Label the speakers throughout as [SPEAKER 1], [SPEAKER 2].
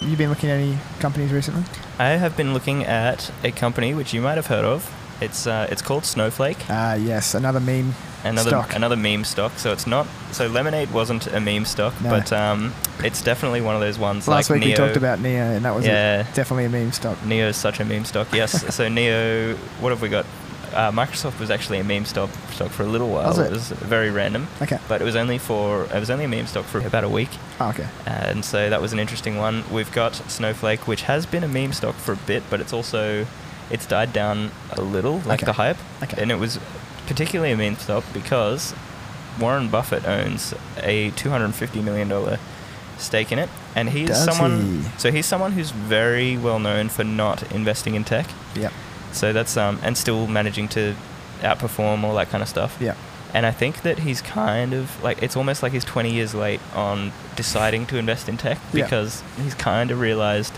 [SPEAKER 1] you been looking at any companies recently?
[SPEAKER 2] I have been looking at a company which you might have heard of. It's uh, it's called Snowflake.
[SPEAKER 1] Ah, yes, another meme.
[SPEAKER 2] another
[SPEAKER 1] stock.
[SPEAKER 2] another meme stock. So it's not so Lemonade wasn't a meme stock,
[SPEAKER 1] No.
[SPEAKER 2] but um, it's definitely one of those ones.
[SPEAKER 1] Last
[SPEAKER 2] like
[SPEAKER 1] week we
[SPEAKER 2] Neo-
[SPEAKER 1] talked about Neo, and that was a-
[SPEAKER 2] yeah.
[SPEAKER 1] definitely a meme stock.
[SPEAKER 2] Neo's such a meme stock. Yes. so Neo, what have we got? Uh, Microsoft was actually a meme stock stock for a little while.
[SPEAKER 1] Was it?
[SPEAKER 2] was very random,
[SPEAKER 1] Okay.
[SPEAKER 2] but it was only for it was only a meme stock for about a week,
[SPEAKER 1] Oh, okay.
[SPEAKER 2] and so that was an interesting one. We've got Snowflake, which has been a meme stock for a bit, but it's also it's died down a little, like
[SPEAKER 1] Okay.
[SPEAKER 2] the hype,
[SPEAKER 1] Okay.
[SPEAKER 2] and it was particularly a meme stock because Warren Buffett owns a two hundred fifty million dollar stake in it, and he's
[SPEAKER 1] Does
[SPEAKER 2] someone.
[SPEAKER 1] he?
[SPEAKER 2] So he's someone who's very well known for not investing in tech.
[SPEAKER 1] Yep.
[SPEAKER 2] So that's um, and still managing to outperform all that kind of stuff.
[SPEAKER 1] Yep.
[SPEAKER 2] And I think that he's kind of like it's almost like he's 20 years late on deciding to invest in tech
[SPEAKER 1] Yeah.
[SPEAKER 2] because he's kind of realized,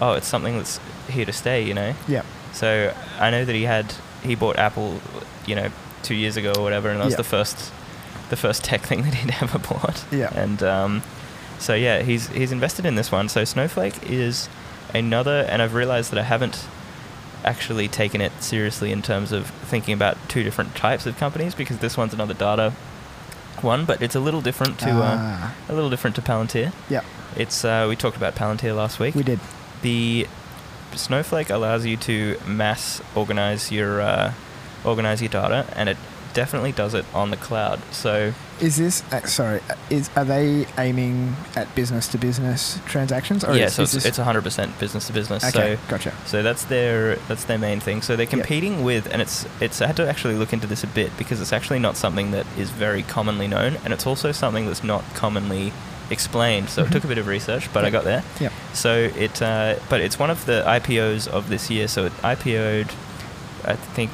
[SPEAKER 2] oh, it's something that's here to stay, you know.
[SPEAKER 1] Yep.
[SPEAKER 2] So I know that he had he bought Apple, you know, two years ago or whatever, and that was
[SPEAKER 1] Yeah.
[SPEAKER 2] the first the first tech thing that he'd ever bought.
[SPEAKER 1] Yeah.
[SPEAKER 2] And um, so yeah, he's he's invested in this one. So Snowflake is another, and I've realized that I haven't actually taken it seriously in terms of thinking about two different types of companies because this one's another data one, but it's a little different to uh,
[SPEAKER 1] Ah,
[SPEAKER 2] a little different to Palantir.
[SPEAKER 1] yep.
[SPEAKER 2] It's uh, we talked about Palantir last week.
[SPEAKER 1] We did.
[SPEAKER 2] The Snowflake allows you to mass organize your uh, organize your data, and it definitely does it on the cloud. So
[SPEAKER 1] Is this uh, sorry? uh, Is are they aiming at business to business transactions? Or
[SPEAKER 2] yeah,
[SPEAKER 1] is,
[SPEAKER 2] so
[SPEAKER 1] is
[SPEAKER 2] it's, it's 100% business to business.
[SPEAKER 1] this, okay.
[SPEAKER 2] So
[SPEAKER 1] gotcha.
[SPEAKER 2] so that's their that's their main thing. So they're competing with, and it's it's I had to actually look into this a bit because it's actually not something that is very commonly known, and it's also something that's not commonly explained. So
[SPEAKER 1] Mhm.
[SPEAKER 2] it took a bit of research, but I
[SPEAKER 1] Yeah.
[SPEAKER 2] got there.
[SPEAKER 1] Yep.
[SPEAKER 2] So it, uh, but it's one of the IPOs of this year. So it IPO'd, I think,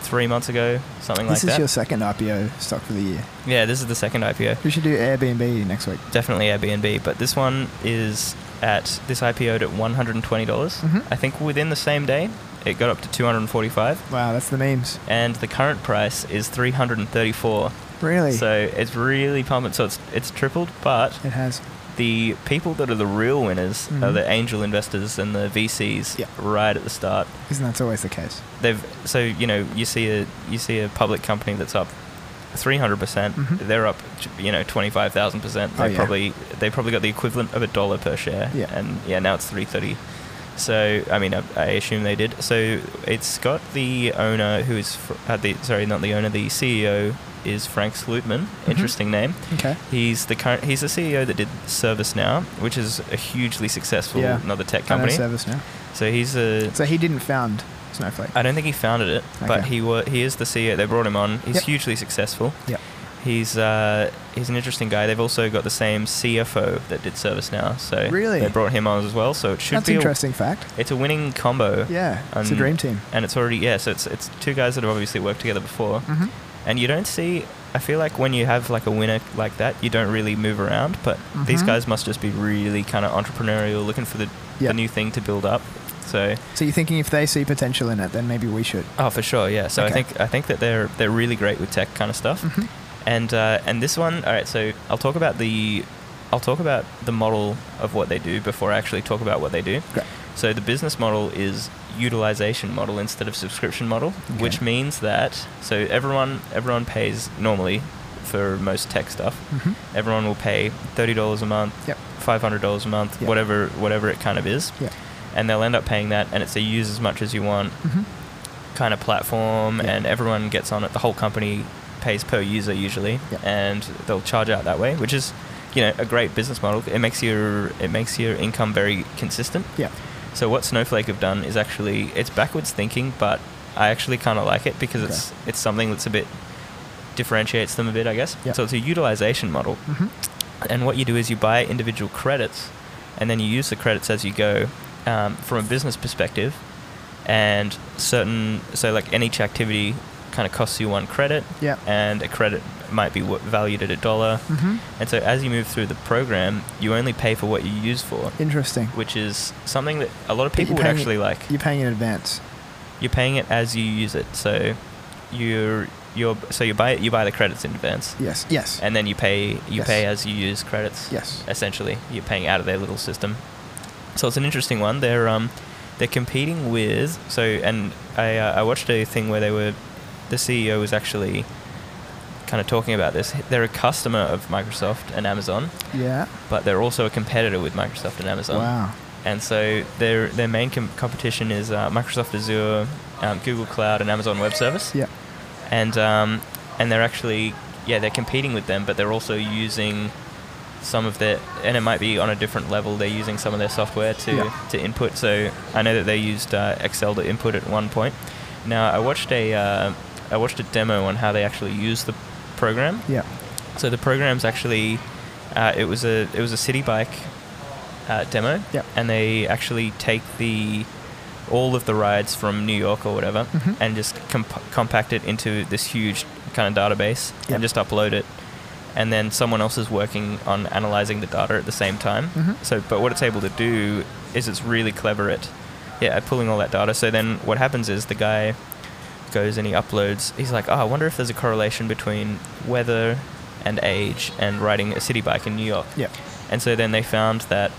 [SPEAKER 2] three months ago, something
[SPEAKER 1] This is
[SPEAKER 2] like that.
[SPEAKER 1] your second IPO stock for the year.
[SPEAKER 2] yeah, this is the second IPO.
[SPEAKER 1] We should do Airbnb next week.
[SPEAKER 2] Definitely Airbnb, but this one is at this IPO'd at one hundred and twenty dollars.
[SPEAKER 1] Mhm.
[SPEAKER 2] I think within the same day, it got up to two hundred and forty-five,
[SPEAKER 1] Wow, that's the memes.
[SPEAKER 2] and the current price is three hundred and thirty-four.
[SPEAKER 1] Really?
[SPEAKER 2] So it's really pumping. So it's it's tripled, but
[SPEAKER 1] it has.
[SPEAKER 2] the people that are the real winners are
[SPEAKER 1] Mhm.
[SPEAKER 2] the angel investors and the VCs
[SPEAKER 1] Yeah.
[SPEAKER 2] right at the start.
[SPEAKER 1] Isn't that always the case?
[SPEAKER 2] They've so you know you see a you see a public company that's up 300%, percent
[SPEAKER 1] Mhm.
[SPEAKER 2] they're up you know 25,000%. They
[SPEAKER 1] Oh, yeah.
[SPEAKER 2] probably they probably got the equivalent of a dollar per share
[SPEAKER 1] Yeah.
[SPEAKER 2] and yeah, now it's 330. So I mean I, I assume they did. So it's got the owner who is fr- uh, the sorry, not the owner, the CEO is Frank Slutman.
[SPEAKER 1] Mm-hmm.
[SPEAKER 2] Interesting name.
[SPEAKER 1] Okay.
[SPEAKER 2] He's the current. He's the CEO that did ServiceNow, which is a hugely successful
[SPEAKER 1] Yeah.
[SPEAKER 2] another tech
[SPEAKER 1] I know
[SPEAKER 2] company.
[SPEAKER 1] service now.
[SPEAKER 2] So he's a.
[SPEAKER 1] So he didn't found Snowflake.
[SPEAKER 2] I don't think he founded it, but
[SPEAKER 1] Okay.
[SPEAKER 2] he wa- he is the CEO. They brought him on. He's
[SPEAKER 1] Yep.
[SPEAKER 2] hugely successful.
[SPEAKER 1] Yep.
[SPEAKER 2] He's uh, he's an interesting guy. They've also got the same CFO that did ServiceNow, so
[SPEAKER 1] Really?
[SPEAKER 2] they brought him on as well. So it should
[SPEAKER 1] That's
[SPEAKER 2] be a,
[SPEAKER 1] interesting fact.
[SPEAKER 2] it's a winning combo.
[SPEAKER 1] Yeah, it's a
[SPEAKER 2] And-
[SPEAKER 1] dream team.
[SPEAKER 2] And it's already yeah. So it's it's two guys that have obviously worked together before.
[SPEAKER 1] hmm
[SPEAKER 2] And you don't see. I feel like when you have like a winner like that, you don't really move around. But these
[SPEAKER 1] Mhm.
[SPEAKER 2] guys must just be really kind of entrepreneurial, looking for the,
[SPEAKER 1] Yeah.
[SPEAKER 2] the new thing to build up. So
[SPEAKER 1] So you're thinking if they see potential in it, then maybe we should.
[SPEAKER 2] oh, for sure, yeah. So
[SPEAKER 1] Okay.
[SPEAKER 2] I think I think that they're they're really great with tech kind of stuff.
[SPEAKER 1] Mhm.
[SPEAKER 2] And uh, and this one, all right. So I'll talk about the I'll talk about the model of what they do before I actually talk about what they do.
[SPEAKER 1] Great.
[SPEAKER 2] So the business model is utilization model instead of subscription model,
[SPEAKER 1] Okay.
[SPEAKER 2] which means that so everyone everyone pays normally for most tech stuff.
[SPEAKER 1] Mhm.
[SPEAKER 2] Everyone will pay thirty dollars a month,
[SPEAKER 1] Yep.
[SPEAKER 2] five hundred dollars a month,
[SPEAKER 1] Yep.
[SPEAKER 2] whatever whatever it kind of is,
[SPEAKER 1] Yeah.
[SPEAKER 2] and they'll end up paying that, and it's a use as much as you want
[SPEAKER 1] hmm
[SPEAKER 2] kind of platform,
[SPEAKER 1] Yeah.
[SPEAKER 2] and everyone gets on it. The whole company pays per user usually,
[SPEAKER 1] Yeah.
[SPEAKER 2] and they'll charge out that way, which is you know a great business model. It makes your it makes your income very consistent.
[SPEAKER 1] Yeah.
[SPEAKER 2] So what Snowflake have done is actually it's backwards thinking, but I actually kind of like it because it's it's something that's a bit differentiates them a bit, I guess.
[SPEAKER 1] Yeah.
[SPEAKER 2] So it's a utilization model,
[SPEAKER 1] hmm
[SPEAKER 2] and what you do is you buy individual credits, and then you use the credits as you go um, from a business perspective. And certain, so like any each activity kind of costs you one credit,
[SPEAKER 1] Yeah.
[SPEAKER 2] and a credit might be wa- valued at a dollar.
[SPEAKER 1] hmm
[SPEAKER 2] And so as you move through the program, you only pay for what you use for,
[SPEAKER 1] Interesting.
[SPEAKER 2] which is something that a lot of
[SPEAKER 1] But you're
[SPEAKER 2] people would
[SPEAKER 1] paying it-
[SPEAKER 2] actually like.
[SPEAKER 1] You're paying in advance.
[SPEAKER 2] You're paying it as you use it, so you're you're so you buy you buy the credits in advance,
[SPEAKER 1] Yes. Yes.
[SPEAKER 2] and then you pay you
[SPEAKER 1] Yes.
[SPEAKER 2] pay as you use credits
[SPEAKER 1] yes.
[SPEAKER 2] essentially you're paying out of their little system So it's an interesting one. They're um, they're competing with so and I uh, I watched a thing where they were the CEO was actually kind of talking about this. They're a customer of Microsoft and Amazon,
[SPEAKER 1] Yeah.
[SPEAKER 2] but they're also a competitor with Microsoft and Amazon.
[SPEAKER 1] Wow.
[SPEAKER 2] And so their their main com- competition is uh, Microsoft Azure, um, Google Cloud, and Amazon Web Service.
[SPEAKER 1] Yeah.
[SPEAKER 2] And um, and they're actually yeah they're competing with them, but they're also using some of their and it might be on a different level. They're using some of their software to
[SPEAKER 1] Yeah.
[SPEAKER 2] to input. So I know that they used uh, Excel to input at one point. Now I watched a uh, I watched a demo on how they actually use the program.
[SPEAKER 1] Yeah.
[SPEAKER 2] So the program's actually uh, it was a it was a city bike uh, demo,
[SPEAKER 1] Yep.
[SPEAKER 2] and they actually take the all of the rides from New York or whatever,
[SPEAKER 1] Mhm.
[SPEAKER 2] and just comp- compact it into this huge kind of database,
[SPEAKER 1] Yep.
[SPEAKER 2] and just upload it. And then someone else is working on analyzing the data at the same time.
[SPEAKER 1] Mhm.
[SPEAKER 2] So, but what it's able to do is it's really clever at, yeah, at pulling all that data. So then what happens is the guy goes and he uploads. He's like, oh, I wonder if there's a correlation between weather and age and riding a city bike in New York.
[SPEAKER 1] Yeah.
[SPEAKER 2] And so then they found that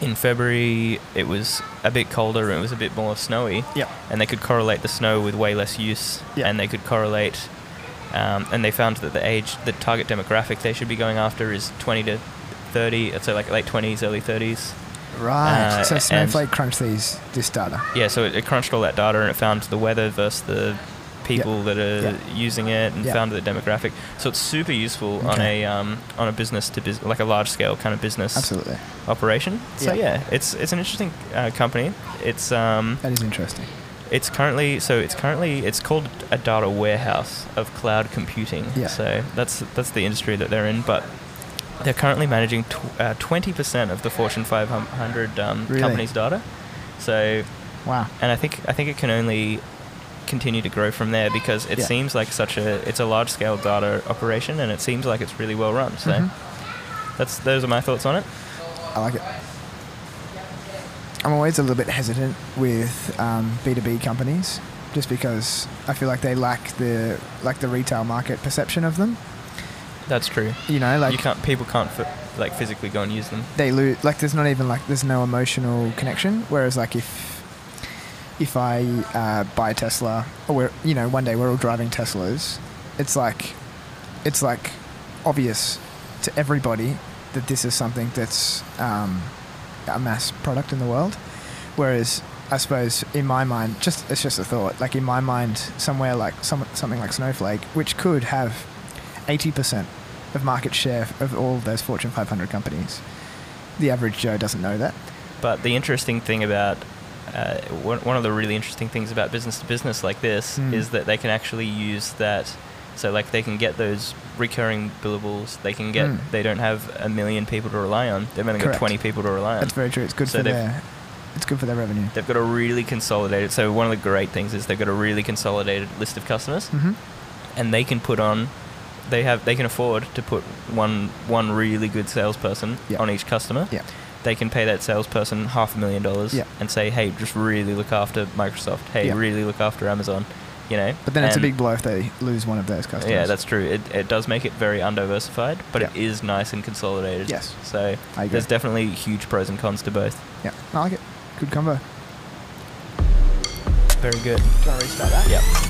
[SPEAKER 2] in February it was a bit colder and it was a bit more snowy,
[SPEAKER 1] Yeah.
[SPEAKER 2] and they could correlate the snow with way less use,
[SPEAKER 1] Yeah.
[SPEAKER 2] and they could correlate. Um, and they found that the age, the target demographic they should be going after is 20 to 30, so like late 20s, early 30s.
[SPEAKER 1] Right.
[SPEAKER 2] Uh,
[SPEAKER 1] so
[SPEAKER 2] and-
[SPEAKER 1] Snowflake crunched these this data.
[SPEAKER 2] Yeah, so it, it crunched all that data and it found the weather versus the people that are
[SPEAKER 1] Yeah.
[SPEAKER 2] using it and
[SPEAKER 1] Yeah.
[SPEAKER 2] found the demographic. So it's super useful on
[SPEAKER 1] Okay.
[SPEAKER 2] a um, on a business to business, like a large scale kind of business
[SPEAKER 1] Absolutely.
[SPEAKER 2] operation. So
[SPEAKER 1] Yeah.
[SPEAKER 2] yeah, it's it's an interesting uh, company. It's um
[SPEAKER 1] That is interesting.
[SPEAKER 2] it's currently so it's currently it's called a data warehouse of cloud computing.
[SPEAKER 1] Yeah.
[SPEAKER 2] So that's that's the industry that they're in, but they're currently managing uh, twenty percent of the Fortune 500 um,
[SPEAKER 1] Really?
[SPEAKER 2] companies' data. So
[SPEAKER 1] Wow.
[SPEAKER 2] and I think I think it can only continue to grow from there because it
[SPEAKER 1] Yeah.
[SPEAKER 2] seems like such a it's a large scale data operation and it seems like it's really well run. So
[SPEAKER 1] Mhm.
[SPEAKER 2] that's those are my thoughts on it.
[SPEAKER 1] I like it. I'm always a little bit hesitant with um, B2B companies just because I feel like they lack the like the retail market perception of them.
[SPEAKER 2] That's true.
[SPEAKER 1] You know, like
[SPEAKER 2] you can't people can't fi- like physically go and use them.
[SPEAKER 1] they lose like there's not even like there's no emotional connection whereas like if if i uh, buy a tesla or we're you know one day we're all driving teslas it's like it's like obvious to everybody that this is something that's um, a mass product in the world whereas i suppose in my mind just it's just a thought like in my mind somewhere like some, something like snowflake which could have 80% of market share of all those fortune 500 companies the average Joe doesn't know that.
[SPEAKER 2] But the interesting thing about uh, one one of the really interesting things about business to business like this
[SPEAKER 1] Mm.
[SPEAKER 2] is that they can actually use that. So like they can get those recurring billables. They can get.
[SPEAKER 1] Mm.
[SPEAKER 2] They don't have a million people to rely on. They've only
[SPEAKER 1] Correct.
[SPEAKER 2] got twenty people to rely on.
[SPEAKER 1] That's very true. It's good
[SPEAKER 2] Um, So
[SPEAKER 1] for
[SPEAKER 2] they've-
[SPEAKER 1] their it's good for their revenue.
[SPEAKER 2] They've got a really consolidated. So one of the great things is they've got a really consolidated list of customers,
[SPEAKER 1] hmm
[SPEAKER 2] and they can put on. They have. They can afford to put one one really good salesperson
[SPEAKER 1] Yeah.
[SPEAKER 2] on each customer.
[SPEAKER 1] Yeah.
[SPEAKER 2] They can pay that salesperson half a million dollars
[SPEAKER 1] Yeah.
[SPEAKER 2] and say, "Hey, just really look after Microsoft. Hey,
[SPEAKER 1] Yeah.
[SPEAKER 2] really look after Amazon." You know.
[SPEAKER 1] But then it's a
[SPEAKER 2] And-
[SPEAKER 1] big blow if they lose one of those customers.
[SPEAKER 2] Yeah, that's true. It, it does make it very undiversified, but it
[SPEAKER 1] Yeah.
[SPEAKER 2] is nice and consolidated.
[SPEAKER 1] Yes.
[SPEAKER 2] So
[SPEAKER 1] I agree.
[SPEAKER 2] there's definitely huge pros and cons to both.
[SPEAKER 1] yeah. I like it. Good combo.
[SPEAKER 2] Very good.
[SPEAKER 1] Do you want to restart that?
[SPEAKER 2] Yeah.